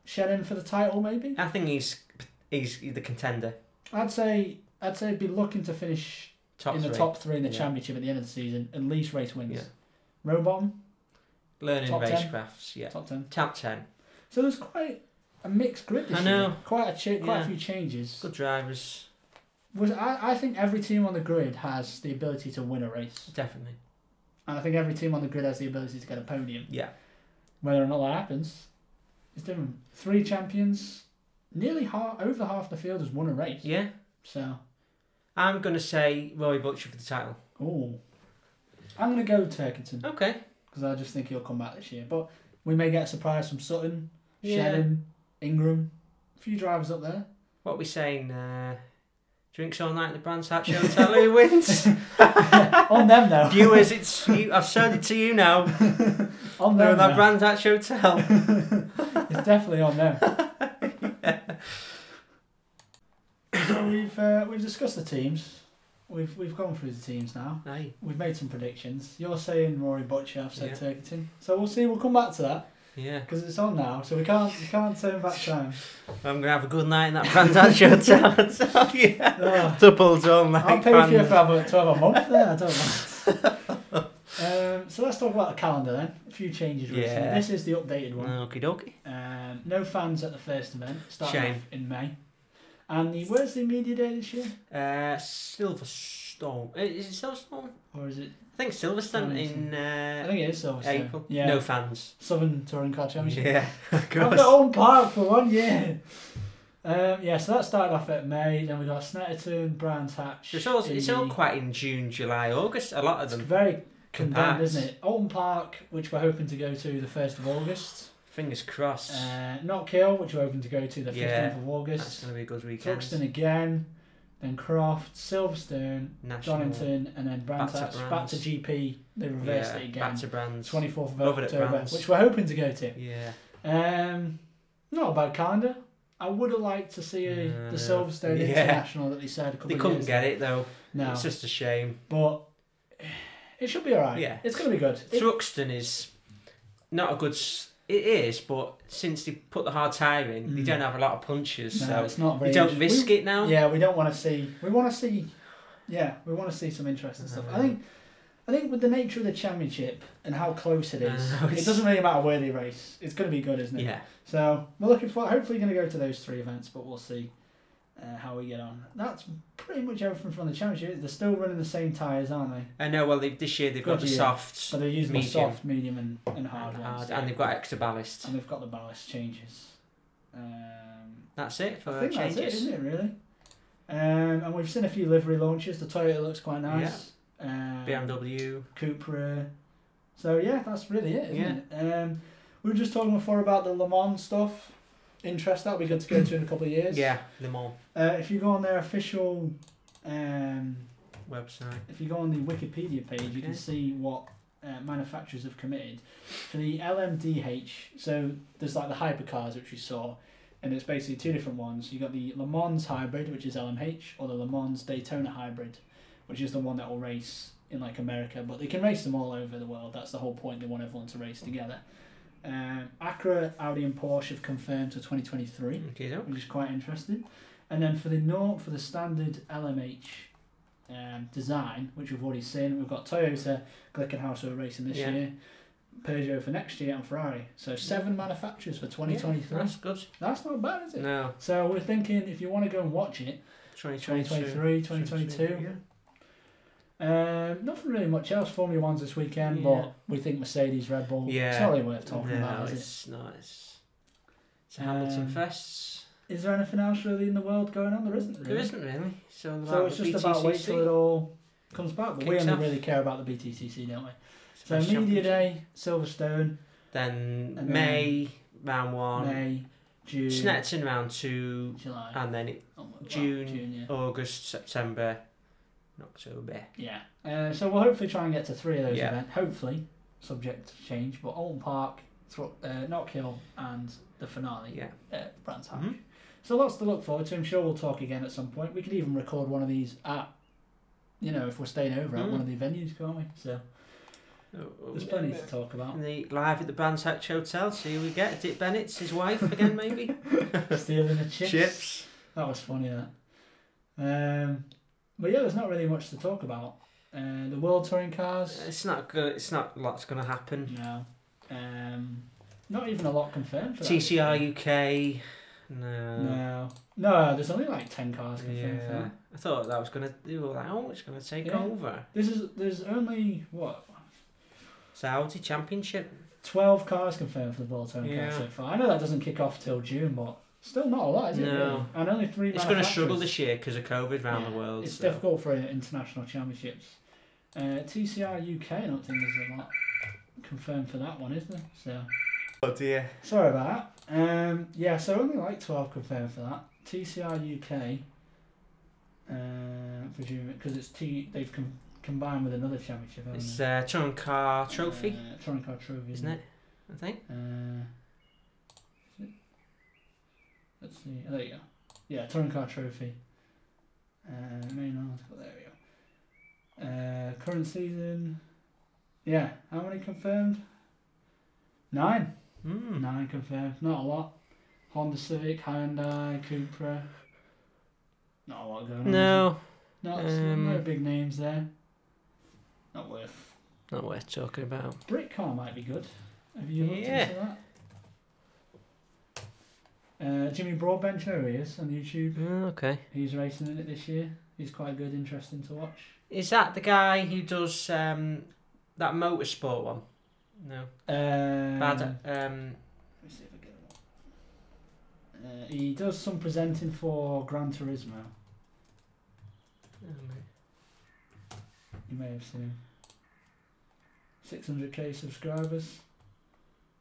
A: Shannon for the title, maybe?
B: I think he's he's the contender.
A: I'd say I'd say be looking to finish
B: Top
A: in the
B: three.
A: top three in the
B: Yeah.
A: championship at the end of the season, at least race wins.
B: Yeah.
A: Robottom,
B: Learning
A: top ten.
B: racecrafts, yeah.
A: top ten.
B: Top 10.
A: So there's quite a mixed grid this
B: I know.
A: year. Quite a cha- quite a
B: Yeah.
A: few changes.
B: Good drivers,
A: Was I, I think every team on the grid has the ability to win a race,
B: definitely.
A: and I think every team on the grid has the ability to get a podium.
B: Yeah.
A: Whether or not that happens, it's different. Three champions, nearly half over half the field has won a race.
B: Yeah.
A: So,
B: I'm going to say Roy Butcher for the title.
A: oh, I'm gonna go Turkington.
B: Okay.
A: because I just think he'll come back this year. But we may get a surprise from Sutton,
B: Yeah.
A: Shannon, Ingram, a few drivers up there.
B: What are we saying? Uh, drinks all night at the Brands Hatch Hotel. Who
A: [LAUGHS]
B: wins?
A: On them though.
B: Viewers, it's you, I've showed it to you now.
A: [LAUGHS] on
B: They're
A: them.
B: at that
A: now.
B: Brands Hatch Hotel.
A: [LAUGHS] It's definitely on them. [LAUGHS] so we've uh, we've discussed the teams. We've we've gone through the teams now.
B: Aye.
A: We've made some predictions. You're saying Rory Butcher. I've said
B: Yeah.
A: Turkington. So we'll see. We'll come back to that.
B: Yeah.
A: because it's on now, so we can't we can't turn back
B: [LAUGHS]
A: time.
B: I'm gonna have a good night in that Brandad show [LAUGHS] tonight. yeah. [LAUGHS]
A: Oh,
B: Double zone like
A: I'll pay for you
B: Brandon.
A: if I have a, to have a month there. I don't
B: [LAUGHS]
A: know. um, so let's talk about the calendar then. A few changes recently.
B: Yeah.
A: This is the updated one.
B: Okie dokie.
A: Um, no fans at the first event, starting
B: Shame.
A: off in May. And the where's the media day this year?
B: Uh, Silverstone. Uh, Is it Silverstone?
A: Or is it?
B: I think Silverstone
A: Silverstone.
B: in
A: I
B: uh,
A: think it is Silverstone.
B: April.
A: Yeah.
B: No fans.
A: Southern Touring Car Championship. [LAUGHS]
B: Yeah. of
A: I've
B: course.
A: got own park for one year. Um, yeah, so that started off at May. Then we got Snetterton, Brands Hatch.
B: It's all, it's all
A: in the-
B: quite in June, July, August. A lot of
A: It's
B: them.
A: very condemned,
B: compact.
A: isn't it? Oldham Park, which we're hoping to go to the first of August.
B: Fingers crossed.
A: Uh, Knockhill, which we're hoping to go to the fifteenth
B: Yeah,
A: of
B: That's
A: August.
B: going to be a good weekend.
A: Truxton again, then Croft, Silverstone,
B: National.
A: Donington, and then Brands
B: Back
A: Hatch.
B: to
A: Back to
B: Brands.
A: GP. They reversed
B: Yeah,
A: it
B: back
A: again.
B: to brands.
A: Twenty fourth of
B: Love it at
A: October,
B: Brands.
A: which we're hoping to go to.
B: Yeah.
A: Um, not a bad calendar. I would have liked to see a,
B: Uh,
A: the Silverstone
B: yeah.
A: International that they said a couple
B: They
A: of
B: couldn't
A: years
B: get it though.
A: No,
B: It's just a shame.
A: but it should be alright.
B: Yeah.
A: it's gonna be good. It-
B: Thruxton is not a good. s- It is, but since they put the hard tire in, they
A: Mm.
B: don't have a lot of punches,
A: no,
B: so
A: it's not very.
B: you don't
A: inter-
B: risk
A: we,
B: it now.
A: Yeah, we don't want to see. We want to see. Yeah, we want to see some interesting stuff. I
B: Uh,
A: think. I think with the nature of the championship and how close it is,
B: Uh,
A: it
B: it's-
A: doesn't really matter where they race. It's going to be good, isn't it?
B: Yeah.
A: So we're looking for. Hopefully, going to go to those three events, but we'll see uh, how we get on. That's pretty much everything from the championship. They're still running the same tyres, aren't they?
B: I know. Well, they, this year they've got
A: Good
B: the
A: year.
B: softs
A: But they're using the
B: Medium.
A: soft, medium, and, and hard
B: and,
A: ones.
B: hard, and they've got extra ballast.
A: And they've got the ballast changes. Um,
B: That's it for
A: I think
B: Uh, changes.
A: that's it, isn't it? Really. Um, and we've seen a few livery launches. The Toyota looks quite nice. Um,
B: BMW.
A: Cupra. So yeah, that's really it, isn't
B: Yeah.
A: it? Um, we were just talking before about the Le Mans stuff. Interest that'll be good to go to in a couple of years.
B: Yeah, Le Mans
A: Uh, if you go on their official, um,
B: website.
A: if you go on the Wikipedia page, you
B: Okay.
A: can see what uh, manufacturers have committed for the LMDH. So there's like the hypercars which we saw, and it's basically two different ones. You got the Le Mans hybrid, which is LMH, or the Le Mans Daytona hybrid, which is the one that will race in like America, but they can race them all over the world. That's the whole point. They want everyone to race together. Um, Acura, Audi, and Porsche have confirmed for 2023
B: Okay, so.
A: which is quite interesting. And then for the norm for the standard LMH um, design, which we've already seen, we've got Toyota, Glickenhaus who are racing this
B: Yeah.
A: year, Peugeot for next year, and Ferrari. So seven manufacturers for twenty twenty
B: Yeah,
A: three.
B: that's good.
A: That's not bad, is it?
B: No,
A: So we're thinking if you want to go and watch it,
B: 2022.
A: 2023, 2022. Um, nothing really much else. Formula One's this weekend,
B: Yeah.
A: but we think Mercedes, Red Bull. It's
B: Yeah.
A: not really worth talking
B: no,
A: about, is
B: it's not. It's, it's a Hamilton
A: Um,
B: Fests.
A: it? Is there anything else really in the world going on? There isn't. Really.
B: There isn't really. So,
A: So it's just about wait till it all comes back. But we
B: Kicks
A: only
B: off.
A: really care about the BTCC, don't we? So media day, Silverstone,
B: Then
A: and
B: May round one,
A: May, June,
B: Snetton round two,
A: July,
B: and then it,
A: Oh, well,
B: uh, June.
A: June yeah.
B: August, September, and October.
A: Yeah. Uh, so we'll hopefully try and get to three of those
B: Yeah.
A: events. Hopefully, subject to change. But Alton Park, Thro- uh, Knockhill, and the finale.
B: Yeah.
A: uh, Brands Hatch.
B: Mhm.
A: So lots to look forward to. I'm sure we'll talk again at some point. We could even record one of these at, you know, if we're staying over at
B: Mm.
A: one of the venues, can't we? So
B: Mm-hmm.
A: there's plenty to talk about.
B: Oh, [LAUGHS] And the live at the Brands Hatch Hotel. See who we get. Dick Bennett's his wife again, maybe.
A: Stealing the chips. That was funny. That. Um, but yeah, there's not really much to talk about. Uh, the world touring cars.
B: It's not good. It's not lots going to happen.
A: No. Um, not even a lot confirmed for that.
B: TCR UK. No.
A: No. No, there's only like ten cars confirmed for
B: Yeah.
A: that.
B: I thought that was going to. They were like, oh, it's going to take
A: Yeah.
B: over.
A: This is there's only what
B: Saudi Championship.
A: twelve cars confirmed for the world touring
B: Yeah.
A: cars so far. I know that doesn't kick off till June, but still not a lot, is it?
B: No.
A: really? And only three.
B: It's going to struggle
A: manufacturers.
B: this year because of COVID around
A: Yeah,
B: the world.
A: It's
B: so-
A: difficult for international championships. Uh, TCR UK, I don't think there's a lot confirmed for that one, is there? So
B: Oh dear.
A: sorry about that. Um, yeah, so only like twelve confirmed for that. TCR UK, uh, presumably because it's T, they've com- combined with another championship. haven't
B: It's
A: they?
B: uh, Touring Car Trophy,
A: Uh, Touring Car Trophy,
B: isn't it? I think.
A: Uh, is it? Let's see. Oh, there you go. Yeah, Touring Car Trophy. Uh, main article. There we go. Uh, current season. Yeah, how many confirmed? Nine.
C: Hmm.
B: Mm.
A: Nine confirmed. Not a lot. Honda Civic, Hyundai, Cupra. Not a lot going on. is
C: No,
A: there? Not, no
C: um,
A: big names there. Not worth.
C: not worth talking about.
A: Britcar might be good. Have you looked
C: Yeah.
A: into that? Uh, Jimmy Broadbent, you know who he is on YouTube.
B: Oh,
C: Mm, okay.
A: He's racing in it this year. He's quite good, interesting to watch.
B: Is that the guy who does um, that motorsport one? No.
A: Um,
B: Bad. Um,
A: Let me see if I get it up. Uh, he does some presenting for Gran Turismo.
B: um,
A: You may have seen him. 600k subscribers.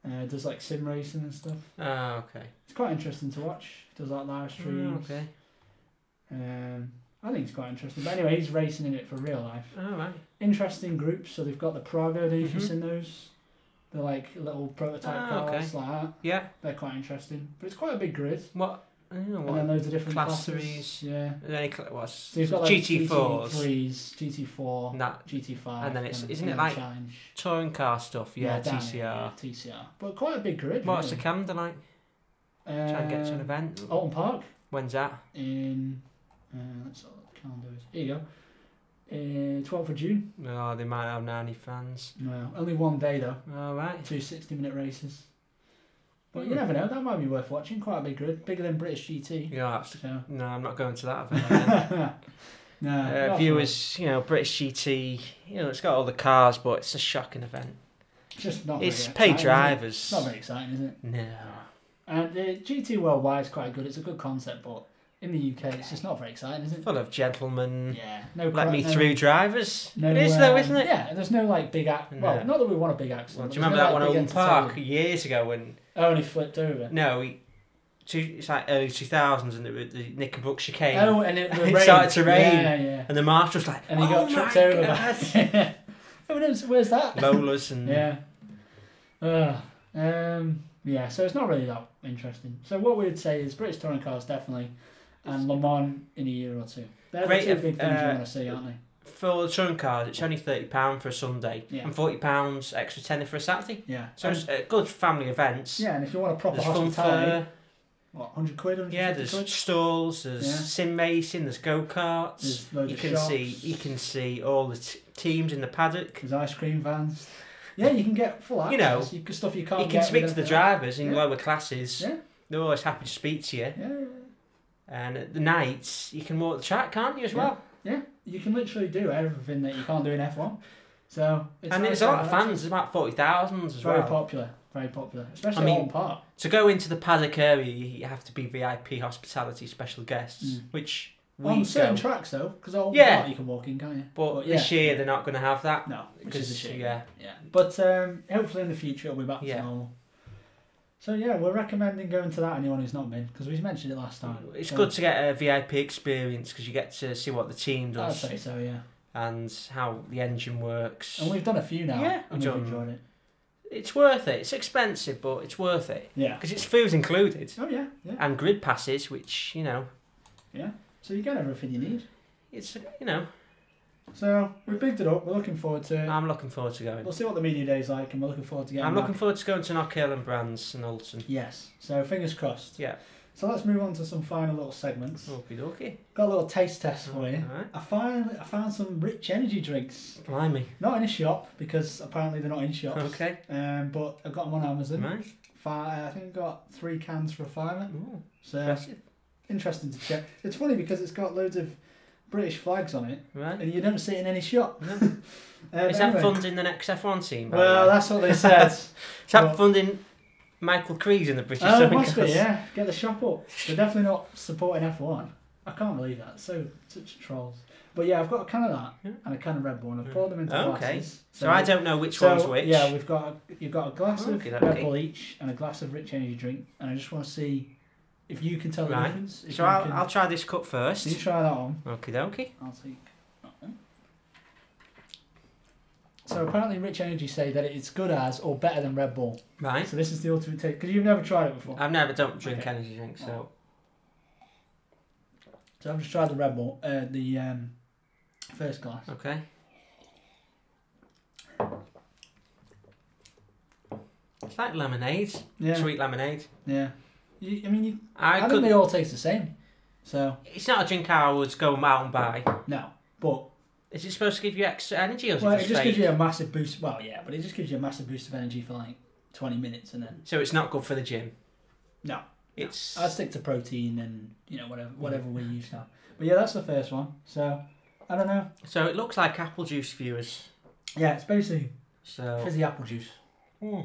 A: Uh, does like sim racing and stuff.
B: oh, okay.
A: It's quite interesting to watch. Does like live
B: Oh,
C: Mm,
A: streams.
C: okay.
A: Um, I think it's quite interesting. But anyway, he's racing in it for real life.
B: All right.
A: Interesting groups. So they've got the Prago. They've
B: Mhm.
A: seen those. They're like little prototype
B: Ah, okay.
A: cars like that.
B: Yeah.
A: They're quite interesting. But it's quite a big grid.
B: What? I don't know
A: And then
B: Oh, what.
A: loads of different
B: class
A: classes.
B: series.
A: Yeah.
B: Then it was
A: So you've got like
B: GT4s.
A: GT3s, GT4,
B: and that
A: GT5.
B: Mm. And then it's- isn't it
A: then
B: like-
A: Challenge.
B: touring car stuff. Yeah,
A: down
B: TCR.
A: here, yeah, TCR. But quite a big grid.
B: What's the
A: really.
B: calendar like?
A: um, oh.
B: Try and get to an event.
A: Alton Park
B: When's that?
A: in. Uh, let's see what the calendar is. Here you go. Uh, 12th of June.
B: Oh, they might have nanny fans.
A: No, only one day though.
B: All right.
A: Two 60 minute races. But
B: Hmm.
A: you never know, that might be worth watching. Quite a big grid. Bigger than British GT.
B: Yeah, that's,
A: So. [LAUGHS]
B: no, I'm not going to that event. then.
A: no.
B: Uh,
A: not
B: viewers, you know, British GT, you know, it's got all the cars, but it's a shocking event.
A: for- Just not
B: It's
A: very
B: paid
A: exciting, is it?
B: drivers.
A: It's not very exciting, is it?
B: No.
A: And uh, GT Worldwide is quite good. It's a good concept, but in the UK, it's just not very exciting, is it?
B: Full of gentlemen,
A: Yeah. No.
B: let
A: cra-
B: me
A: no,
B: through drivers.
A: No,
B: it is, though,
A: um,
B: isn't it?
A: Yeah. and There's no like big act.
B: No.
A: Well, not that we want a big accident.
B: Well, do
A: but
B: you remember
A: there's
B: that
A: no,
B: one at
A: like,
B: Owen
A: big
B: Park
A: entertainment.
B: years ago when,
A: Oh, and he flipped over.
B: no, he, two, it's like early 2000s and the, the Nick and Brooke chicane.
A: Oh, and
B: [LAUGHS]
A: it, the
B: It
A: rain.
B: started to rain.
A: Yeah, yeah.
B: And the marshal was like,
A: And he
B: oh
A: got tripped
B: my
A: over.
B: God.
A: [LAUGHS] by- Who knows? Where's that?
B: Lola's and
A: Yeah. Ugh. um. Yeah. So it's not really that interesting. So what we would say is British touring cars definitely, and Le Mans in a year or two. They're
B: Great,
A: the two big
B: uh,
A: things you want to see, aren't they?
B: for the touring cars, it's only £30 for a Sunday
A: Yeah.
B: and £40 extra tenner for a Saturday.
A: Yeah.
B: So
A: And-
B: it's uh, good family events.
A: Yeah, and if you want a proper
B: There's fun
A: hospitality,
B: fare.
A: what, 100 quid, 150
B: Yeah, there's
A: quid?
B: stalls, there's
A: Yeah.
B: sim racing, there's go karts.
A: There's loads
B: You
A: of
B: can
A: shops.
B: see you can see all the t- teams in the paddock.
A: There's ice cream vans. Yeah, you can get full access.
B: You know,
A: you can, stuff you can't
B: you can
A: get
B: speak
A: with
B: to the
A: anything else.
B: drivers in
A: Yeah.
B: lower classes.
A: Yeah.
B: They're always happy to speak to you.
A: Yeah,
B: And at the nights, you can walk the track, can't you, as well?
A: you can literally do everything that you can't do in F1. So it's
B: and
A: nice
B: there's a
A: to
B: lot of
A: have
B: fans,
A: access.
B: there's about 40,000 as
A: Very
B: well.
A: popular, very popular, especially
B: I
A: I
B: mean-
A: Park.
B: To go into the paddock area, you you have to be VIP hospitality special guests,
A: Mm.
B: which we
A: On certain
B: go.
A: tracks though, because Old
B: Yeah.
A: Park you can walk in, can't you?
B: but
A: but
B: this year, they're not going to have that.
A: No, which is a shame.
B: Yeah.
A: Yeah. But um, hopefully in the future it'll be back
B: Yeah.
A: to normal. So yeah, we're recommending going to that anyone who's not been because we mentioned it last time.
B: It's
A: So
B: good to get a VIP experience because you get to see what the team
A: I'd
B: does
A: say so, yeah.
B: and how the engine works.
A: And we've done a few now.
B: Yeah,
A: and
B: we've
A: we've
B: done-
A: enjoyed it.
B: It's worth it. It's expensive, but it's worth it
A: Yeah.
B: because it's food included
A: Oh yeah, yeah,
B: and grid passes, which you know,
A: yeah. So you get everything you need.
B: it's you know,
A: So we picked it up. We're looking forward to it.
B: I'm looking forward to going.
A: We'll see what the media day's like, and we're looking forward to getting.
B: Ah. I'm
A: back.
B: looking forward to going to Knockhill and Brands and Alton.
A: Yes. So fingers crossed.
B: Yeah,
A: So let's move on to some final little segments.
B: okie dokie.
A: Got a little taste test for you.
B: Alright.
A: I finally I found some rich energy drinks.
B: Blimey.
A: Not in a shop because apparently they're not in shops.
B: Okay.
A: Um, but I got them on Amazon.
B: Right.
A: Fi- I think I got three cans for a fiver.
B: Ooh,
A: So
B: impressive.
A: interesting to check. It's funny because it's got loads of British flags on it,
B: Right.
A: and you don't see it in any shop.
B: No.
A: [LAUGHS] Um,
B: Is that
A: anyway.
B: funding the next F1 team? by the
A: Well,
B: way?
A: that's what they
B: [LAUGHS]
A: said.
B: Is that
A: well-
B: funding Michael Crees in the British
A: oh, it
B: Touring
A: must be,
B: Cars?
A: yeah. Get the shop up. They're definitely not supporting F1. I can't believe that. So such trolls. But yeah, I've got a can of that
B: Yeah.
A: and a can of Red Bull, and I've
B: Yeah.
A: poured them into
B: Okay.
A: glasses.
B: So I don't know which
A: so,
B: one's which.
A: Yeah, we've got a, you've got a glass of
B: Okey dokey.
A: Red Bull each and a glass of rich energy drink, and I just want to see if you can tell the
B: Right.
A: difference. If
B: So
A: you
B: I'll,
A: can-
B: I'll try this cup first.
A: so you try that on.
B: Okie dokie.
A: I'll take that one. So apparently, Rich Energy say that it's good as or better than Red Bull.
B: Right.
A: So this is the ultimate taste because you've never tried it before.
B: I've never don't drink
A: Okay.
B: energy drinks, so
A: So I've just tried the Red Bull, uh, the um, first glass.
B: okay. It's like lemonade,
A: Yeah,
B: sweet lemonade.
A: yeah. You, I mean, you,
B: I,
A: I, think
B: could.
A: they all taste the same. So
B: It's not a drink I would go out and buy.
A: no, but
B: Is it supposed to give you extra energy or is
A: well,
B: it
A: it
B: just,
A: just gives
B: fake?
A: you a massive boost. Well, yeah, but it just gives you a massive boost of energy for like twenty minutes, and then
B: So it's not good for the gym.
A: No.
B: It's
A: I stick to protein and you know whatever whatever we use now. But yeah, that's the first one. So I don't know.
B: so it looks like apple juice viewers.
A: Yeah, it's basically
B: So hmm.
A: fizzy apple juice,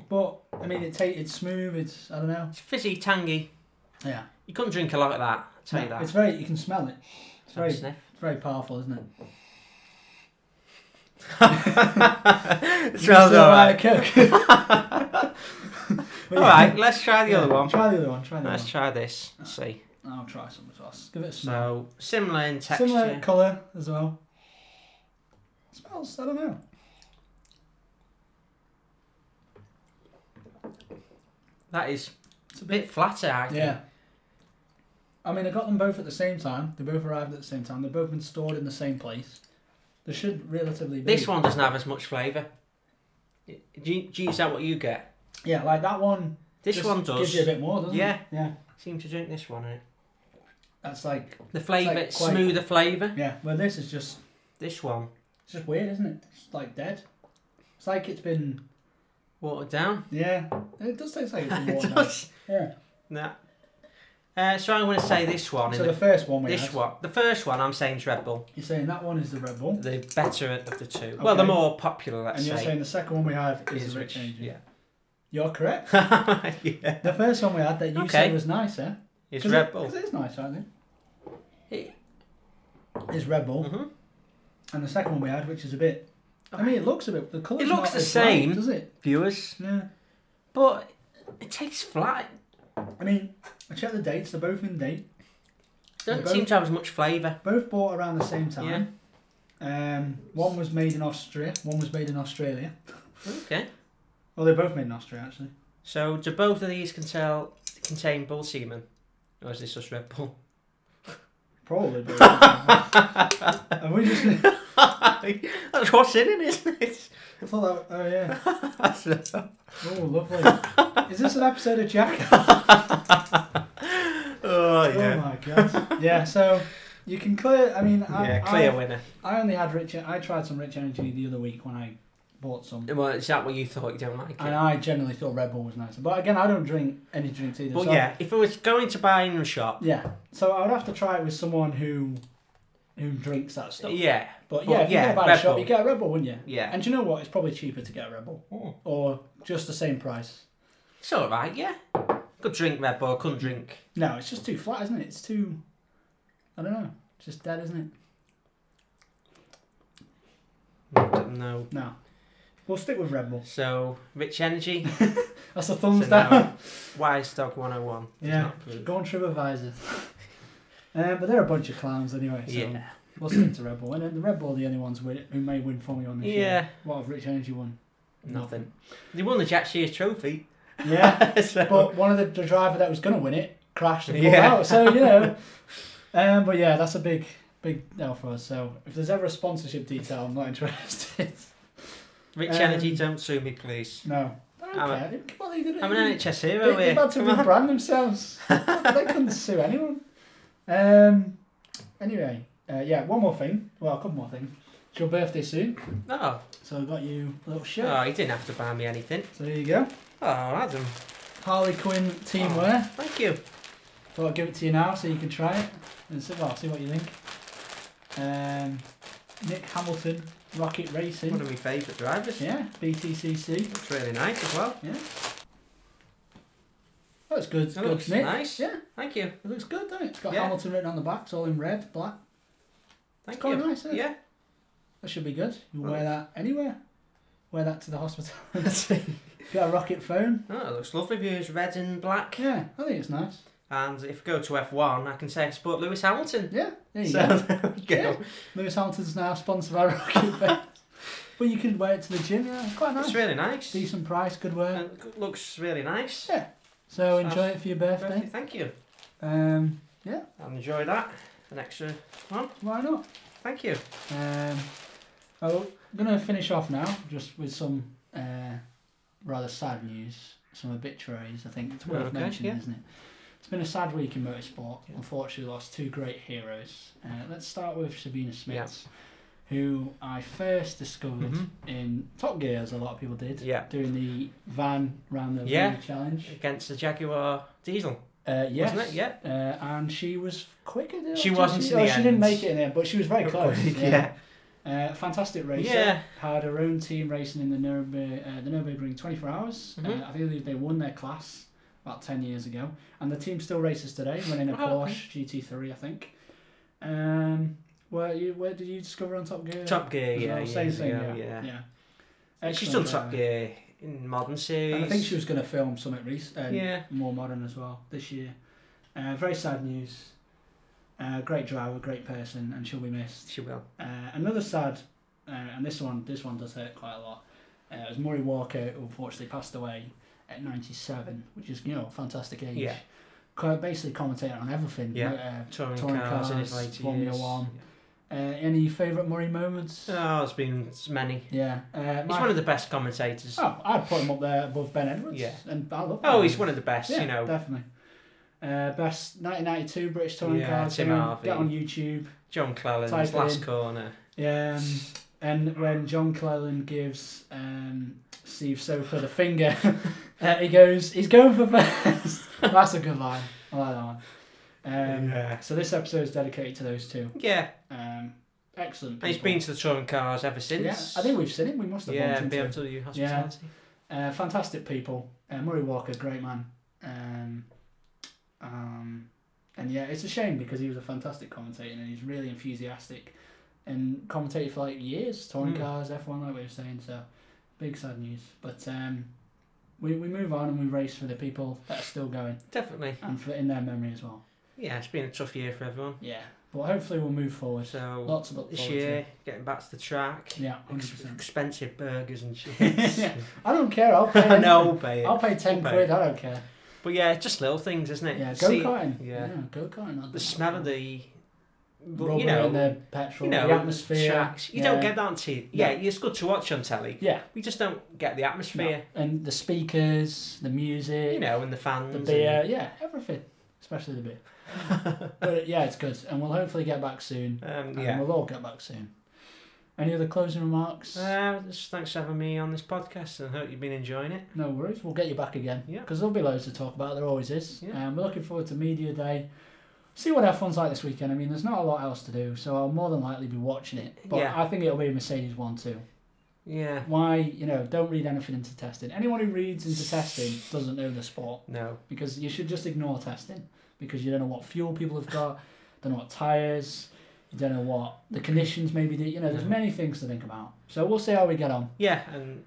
A: but I mean it ta- it's smooth. It's I don't know.
B: it's fizzy, tangy.
A: Yeah,
B: You couldn't drink a lot of that. I'll tell you that.
A: it's very you can smell it. It's
B: Have a
A: very [LAUGHS]
B: sniff. [LAUGHS]
A: it's very powerful, isn't it?
B: It
A: You
B: smells
A: still
B: [LAUGHS] all
A: buy
B: right.
A: a Coke. But
B: All
A: yeah.
B: right, let's try the
A: Yeah,
B: other one.
A: Try the other one. Try the other
B: Let's
A: one.
B: try this. Let's see.
A: I'll try some as well. Give it a smell.
B: So similar in texture.
A: Similar colour as well. Smells. I don't know.
B: That is
A: It's a
B: a
A: bit
B: bit flatter. I think.
A: Yeah. I mean, I got them both at the same time. They both arrived at the same time. They've both been stored in the same place. They should relatively be.
B: This one doesn't have as much flavour. Do you, do you, is that what you get?
A: Yeah, like that one.
B: This
A: just
B: one does.
A: Gives you a bit more, doesn't
B: Yeah.
A: it? Yeah.
B: Seem to drink this one. Innit?
A: That's like.
B: The flavour,
A: like quite-
B: smoother flavour.
A: Yeah. Well, this is just.
B: This one,
A: It's just weird, isn't it? It's like dead. It's like it's been.
B: watered down.
A: Yeah. It does taste like it's been
B: [LAUGHS] it
A: worn
B: does.
A: down. Yeah.
B: Nah. Uh, so I'm going to say this one.
A: So
B: in
A: the first one
B: the,
A: we
B: this
A: had,
B: one, the first one, I'm saying is Red Bull.
A: you're saying that one is the Red Bull,
B: The better of the two. Well, the
A: Okay.
B: more popular, let's
A: and you're
B: say.
A: saying the second one we had is,
B: is
A: the Rick
B: which,
A: Angel.
B: yeah. [LAUGHS]
A: You're correct.
B: yeah.
A: The first one we had that you
B: Okay.
A: said was nicer.
B: It's
A: Cause
B: Red
A: it-
B: Bull.
A: 'cause it's nice, I think.
B: It-
A: It's Red Bull,
B: hmm
A: and the second one we had, which is a bit. I mean, it looks a bit. The colour.
B: It looks
A: not
B: the
A: as bright,
B: same.
A: does it?
B: Viewers,
A: Yeah.
B: but it tastes flat.
A: I mean, I checked the dates. They're both in date.
B: Doesn't
A: They're
B: seem
A: both-
B: to have as much flavour.
A: Both bought around the same time. Um, one was made in Austria. One was made in Australia.
B: Okay.
A: Well, they're both made in Austria actually.
B: So do both of these contain contain bull semen, or is this just Red Bull? [LAUGHS]
A: Probably. both. Are we
B: [LAUGHS]
A: just? I
B: That's what's in it, isn't it?
A: thought that. Oh yeah.
B: That's a- [LAUGHS]
A: Oh lovely. Is this an episode of Jack?
B: oh
A: Oh
B: yeah.
A: my god. Yeah. So you can clear. I mean, Oh, I,
B: yeah,
A: I-
B: clear winner.
A: I only had rich. I tried some rich energy the other week when I bought some,
B: Well, is that what you thought? You don't like it?
A: and I generally thought Red Bull was nicer. But again, I don't drink any drinks either.
B: But
A: so
B: yeah, if I was going to buy in the shop,
A: yeah. So I would have to try it with someone who, who drinks that stuff.
B: yeah,
A: But
B: Well,
A: yeah, if you
B: yeah,
A: go buy a
B: Red
A: shop,
B: Bull.
A: you get a Red Bull, wouldn't you?
B: yeah,
A: And do you know what? It's probably cheaper to get a Red Bull,
B: Oh.
A: or just the same price.
B: it's all right. Yeah, could drink Red Bull, couldn't drink.
A: No, it's just too flat, isn't it? It's too. I don't know. It's just dead, isn't it?
B: No.
A: No. We'll stick with Red Bull.
B: So rich energy.
A: That's a
B: so
A: thumbs
B: now,
A: down.
B: Wise Dog 101. does
A: Yeah.
B: not approve.
A: Go on TripAdvisor. um, but they're a bunch of clowns anyway, so
B: Yeah.
A: we'll stick to Red Bull. And then the Red Bull are the only ones wi- who may win for me on this
B: Yeah.
A: year. What have Rich Energy won?
B: [LAUGHS] Nothing. They won the Jack Shears
A: [LAUGHS]
B: Trophy.
A: Yeah,
B: so,
A: but one of the, the driver that was going to win it crashed and pulled
B: Yeah.
A: out, so, you
B: [LAUGHS]
A: know. Um, but yeah, that's a big, big deal for us. So if there's ever a sponsorship detail, I'm not [LAUGHS] interested.
B: Rich
A: um,
B: Energy, don't sue me, please.
A: no. I don't
B: I'm a-
A: care. They- What are they going to
B: I'm an NHS hero
A: They,
B: here.
A: they've had to
B: Come on.
A: rebrand themselves. they couldn't sue anyone. Um. Anyway, uh, yeah, one more thing. Well, a couple more things. It's your birthday soon,
B: Oh,
A: so I got you a little shirt.
B: oh, you didn't have to buy me anything.
A: So there you go.
B: Oh, Adam,
A: Harley Quinn team
B: Oh.
A: wear.
B: thank you.
A: Thought I'd give it to you now so you can try it and see, well, see what you think. Um, Nick Hamilton, Rocket
B: One
A: Racing.
B: of my favourite drivers.
A: Yeah, BTCC.
B: Looks really nice as well.
A: That's good.
B: It
A: good
B: looks
A: Nick.
B: nice.
A: Yeah,
B: Thank you.
A: it looks good, doesn't it? It's got
B: Yeah.
A: Hamilton written on the back. It's all in red, black.
B: Thank
A: quite
B: you.
A: nice, isn't it? [LAUGHS]
B: Yeah.
A: That should be good. You
B: Right.
A: wear that anywhere. Wear that to the hospital. [LAUGHS] Get a rocket phone.
B: Oh, it looks lovely. Views red and black.
A: Yeah, I think it's nice.
B: And if we go to F1, I can say I support Lewis Hamilton. [LAUGHS]
A: Yeah, there you
B: so
A: go.
B: there we go.
A: Lewis Hamilton's now sponsored by [LAUGHS]
B: [LAUGHS]
A: Rocket Phone. but you can wear it to the gym. Yeah, it's quite nice.
B: It's really nice.
A: Decent price, good wear.
B: And it looks really nice.
A: So
B: nice.
A: enjoy it for your
B: Birthday,
A: birthday.
B: Thank you.
A: Um,
B: I'll enjoy that. An extra.
A: why not?
B: Thank you.
A: Um, oh, I'm gonna finish off now just with some uh, rather sad news. some obituaries. I think it's worth
B: Okay,
A: mentioning,
B: yeah.
A: isn't it? It's been a sad week in motorsport.
B: Yeah.
A: Unfortunately, lost two great heroes. Uh, let's start with Sabina Smith, who I first discovered
B: Mhm.
A: in Top Gear, as a lot of people did,
B: Yeah.
A: doing the van round the
B: Yeah.
A: Arena challenge.
B: Against the Jaguar Diesel,
A: Uh, yes.
B: wasn't it? Yeah.
A: Uh, and she was quicker. than-
B: She wasn't
A: She,
B: in the
A: oh, she didn't
B: end.
A: make it in there, but she was very
B: [LAUGHS] Not
A: close.
B: quite,
A: yeah. Uh, fantastic racer.
B: Yeah.
A: Had her own team racing in the Nuremberg, uh, the Nurburgring 24 Hours.
B: Mhm.
A: Uh, I think they, they won their class about 10 years ago, and the team still races today, running a
B: Oh, okay.
A: Porsche GT3, I think. Um, where you where did you discover on Top Gear?
B: Top Gear,
A: As
B: yeah.
A: well? same
B: years
A: thing.
B: ago,
A: yeah. yeah.
B: She's still
A: Excellent
B: Top
A: driver.
B: Gear in modern series.
A: And I think she was going to film something recent. Um,
B: Yeah.
A: more modern as well this year. Uh, very sad news. Uh, great driver, great person, and she'll be missed.
B: She will.
A: Uh, another sad, uh, and this one, this one does hurt quite a lot. Uh, it was Murray Walker, who unfortunately passed away at 97, which is you know a fantastic age.
B: Yeah.
A: Co- basically commentating on everything.
B: Yeah.
A: Uh,
B: Touring,
A: Touring
B: cars, in
A: cars,
B: his later
A: Formula
B: years.
A: One. uh, any favourite Murray moments?
B: Oh, it's been many.
A: yeah. Uh,
B: He's
A: my-
B: one of the best commentators. Oh,
A: oh, I'd put him up there above Ben Edwards.
B: Yeah. Oh,
A: And I love Ben
B: he's
A: Edwards.
B: one of the best, you know.
A: Definitely. Uh, best 1992 British touring
B: Yeah,
A: cars.
B: Tim
A: Go and
B: Harvey.
A: Get on YouTube.
B: John
A: Type
B: Clellan's
A: it
B: Last
A: in.
B: Corner.
A: Um, and when John Cleland gives um, Steve Soper the finger, [LAUGHS] uh, he goes, he's going for first. [LAUGHS] That's a good line. I like that one. Um,
B: Yeah.
A: So this episode is dedicated to those two.
B: Yeah,
A: Um, excellent.
B: and he's
A: people.
B: been to the touring cars ever since.
A: Yeah, I think we've seen him. We must have
B: Yeah,
A: bumped into him.
B: BMW Hospitality.
A: Uh, fantastic people. Uh, Murray Walker, great man. Um, um, and yeah, it's a shame because he was a fantastic commentator and he's really enthusiastic and commentated for like years, touring
B: Mm.
A: cars, F1, like we were saying. So big sad news. But um, we, we move on and we race for the people that are still going
B: Definitely.
A: and for in their memory as well.
B: Yeah, it's been a tough year for everyone.
A: Yeah. But hopefully we'll move forward.
B: So
A: Lots of look
B: this
A: forward
B: year, getting back to the track.
A: to. Yeah,
B: Ex-
A: 100%.
B: expensive
A: [LAUGHS]
B: burgers and shit.
A: Yeah.
B: [LAUGHS]
A: I don't care. I'll pay.
B: I know, babe.
A: I'll pay 10
B: I'll pay.
A: quid. I don't care.
B: But yeah, it's just little things, isn't it?
A: Yeah, go
B: See,
A: karting.
B: yeah.
A: go karting.
B: the smell of the,
A: rubber
B: you know,
A: and the petrol,
B: you know,
A: the atmosphere.
B: tracks. You
A: yeah.
B: don't get that on TV. Yeah, it's good to watch on telly.
A: Yeah,
B: We just don't get the atmosphere,
A: and the speakers, the music,
B: you know, and the fans.
A: the
B: and-
A: beer, yeah, everything, especially the beer. but yeah, it's good, and we'll hopefully get back soon.
B: [LAUGHS] Um,
A: And
B: yeah.
A: we'll all get back soon. Any other closing remarks?
B: Uh, just thanks for having me on this podcast, and I hope you've been enjoying it.
A: no worries. We'll get you back again.
B: Yeah.
A: Because there'll be loads to talk about. There always is.
B: Yeah.
A: Um, we're looking forward to media day. See what F1's like this weekend. I mean, there's not a lot else to do, so I'll more than likely be watching it. But
B: Yeah.
A: I think it'll be a Mercedes one too.
B: Yeah.
A: why you know don't read anything into testing anyone who reads into testing doesn't know the sport
B: No.
A: because you should just ignore testing because you don't know what fuel people have got don't know what tires you don't know what the conditions maybe that you know there's
B: Mhm.
A: many things to think about so we'll see how we get on
B: Yeah, and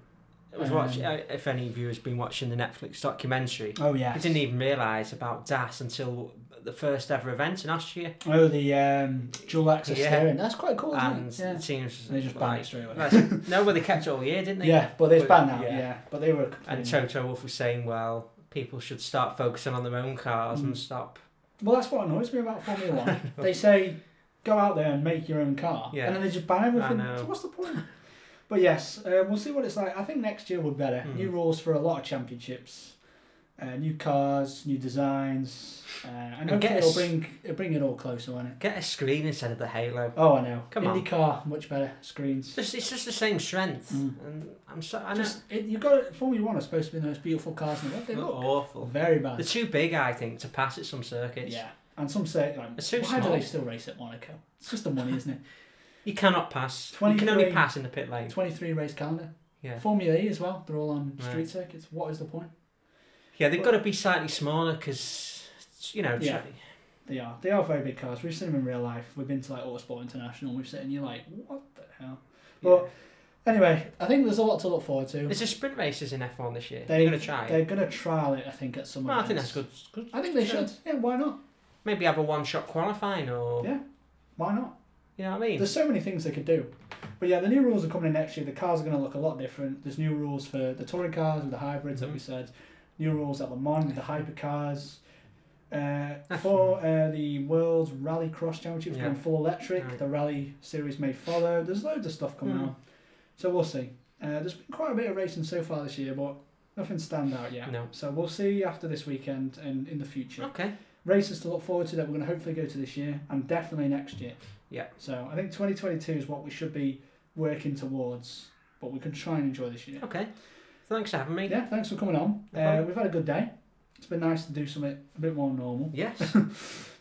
B: I was
A: Um,
B: watch. uh If any of you has been watching the Netflix documentary,
A: oh yeah
B: I didn't even realise about DAS until the first ever event in Austria,
A: oh the um dual axis
B: Yeah.
A: steering that's quite cool
B: and
A: isn't Oh, it?
B: it
A: yeah
B: seems
A: they just banned it
B: like,
A: straight away
B: like, no, well they kept it all year, didn't they?
A: yeah but it's
B: But-
A: banned now yeah.
B: yeah.
A: but they were
B: And
A: complaining.
B: Toto Wolf was saying, well, people should start focusing on their own cars
A: Mm.
B: and stop.
A: Well, that's what annoys me about
B: [LAUGHS]
A: Formula One. they say go out there and make your own car,
B: Yeah.
A: and then they just ban everything.
B: know.
A: So what's the point? But yes, uh, we'll see what it's like. I think next year will be better.
B: Hmm.
A: New rules for a lot of championships, uh, new cars, new designs, uh, and,
B: And
A: hopefully
B: guess-
A: it'll bring it'll bring it all closer, won't it?
B: Get a screen instead of the Halo.
A: Oh, I know.
B: Come on.
A: IndyCar, much better screens.
B: It's just, it's just the same strength,
A: Mm.
B: and I'm so. I know.
A: Just it, you got Formula One are supposed to be the most beautiful cars in the world. They
B: They're
A: look
B: awful.
A: very bad.
B: They're too big, I think, to pass at some circuits.
A: yeah, and some say like,
B: It's too
A: why do
B: small.
A: they still race at Monaco? It's just the money, isn't it?
B: You cannot pass. You can only
A: 23.
B: pass in the pit lane.
A: 23 race calendar.
B: Yeah.
A: Formula E as well. They're all on
B: Right.
A: street circuits. What is the point?
B: Yeah, they've got to be slightly smaller because, you know,
A: Yeah.
B: tra-
A: They are. They are very big cars. We've seen them in real life. We've been to like Autosport International. We've seen, and you're like, what the hell? But anyway, I think there's a lot to look forward to.
B: There's a sprint races in F1 this year.
A: They-
B: They're going to try.
A: They're
B: it.
A: gonna trial it, I think, at some.
B: Well, I think
A: events.
B: that's good. good.
A: I think they should. Yeah, why not?
B: Maybe have a one shot qualifying or.
A: Yeah. Why not?
B: You know what I mean?
A: There's so many things they could do. But yeah, the new rules are coming in next year. The cars are going to look a lot different. There's new rules for the touring cars with the hybrids, that we
B: Mhm.
A: said. New rules at Le Mans with the hypercars. Uh, for uh, the World Rally Cross Championships
B: Yeah.
A: going full electric.
B: Right.
A: The rally series may follow. There's loads of stuff coming
B: Mhm.
A: on. So we'll see. Uh, there's been quite a bit of racing so far this year, but Nothing stand out yet.
B: No.
A: So we'll see after this weekend and in the future.
B: Okay.
A: Races to look forward to that we're going to hopefully go to this year and definitely next year.
B: Yeah.
A: So I think 2022 is what we should be working towards, but we can try and enjoy this year.
B: Okay. Thanks for having me.
A: Yeah, thanks for coming on.
B: No
A: uh,
B: problem.
A: we've had a good day. It's been nice to do something a bit more normal.
B: Yes.
A: [LAUGHS]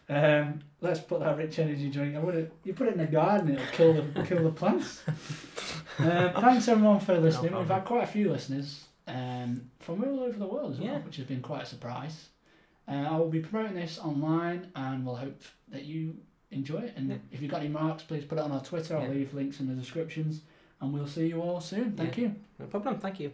A: Um, let's put that rich energy drink. I would you put it in the garden, it'll kill the kill the
B: [LAUGHS]
A: plants. Um, thanks everyone for listening. We've
B: problem.
A: had quite a few listeners um, from all over the world as well,
B: Yeah.
A: which has been quite a surprise. Uh, I will be promoting this online, and we'll hope that you enjoy it. And
B: Yeah.
A: if you've got any marks, please put it on our Twitter. I'll
B: Yeah.
A: leave links in the descriptions, and we'll see you all soon. Thank you.
B: no problem. Thank you.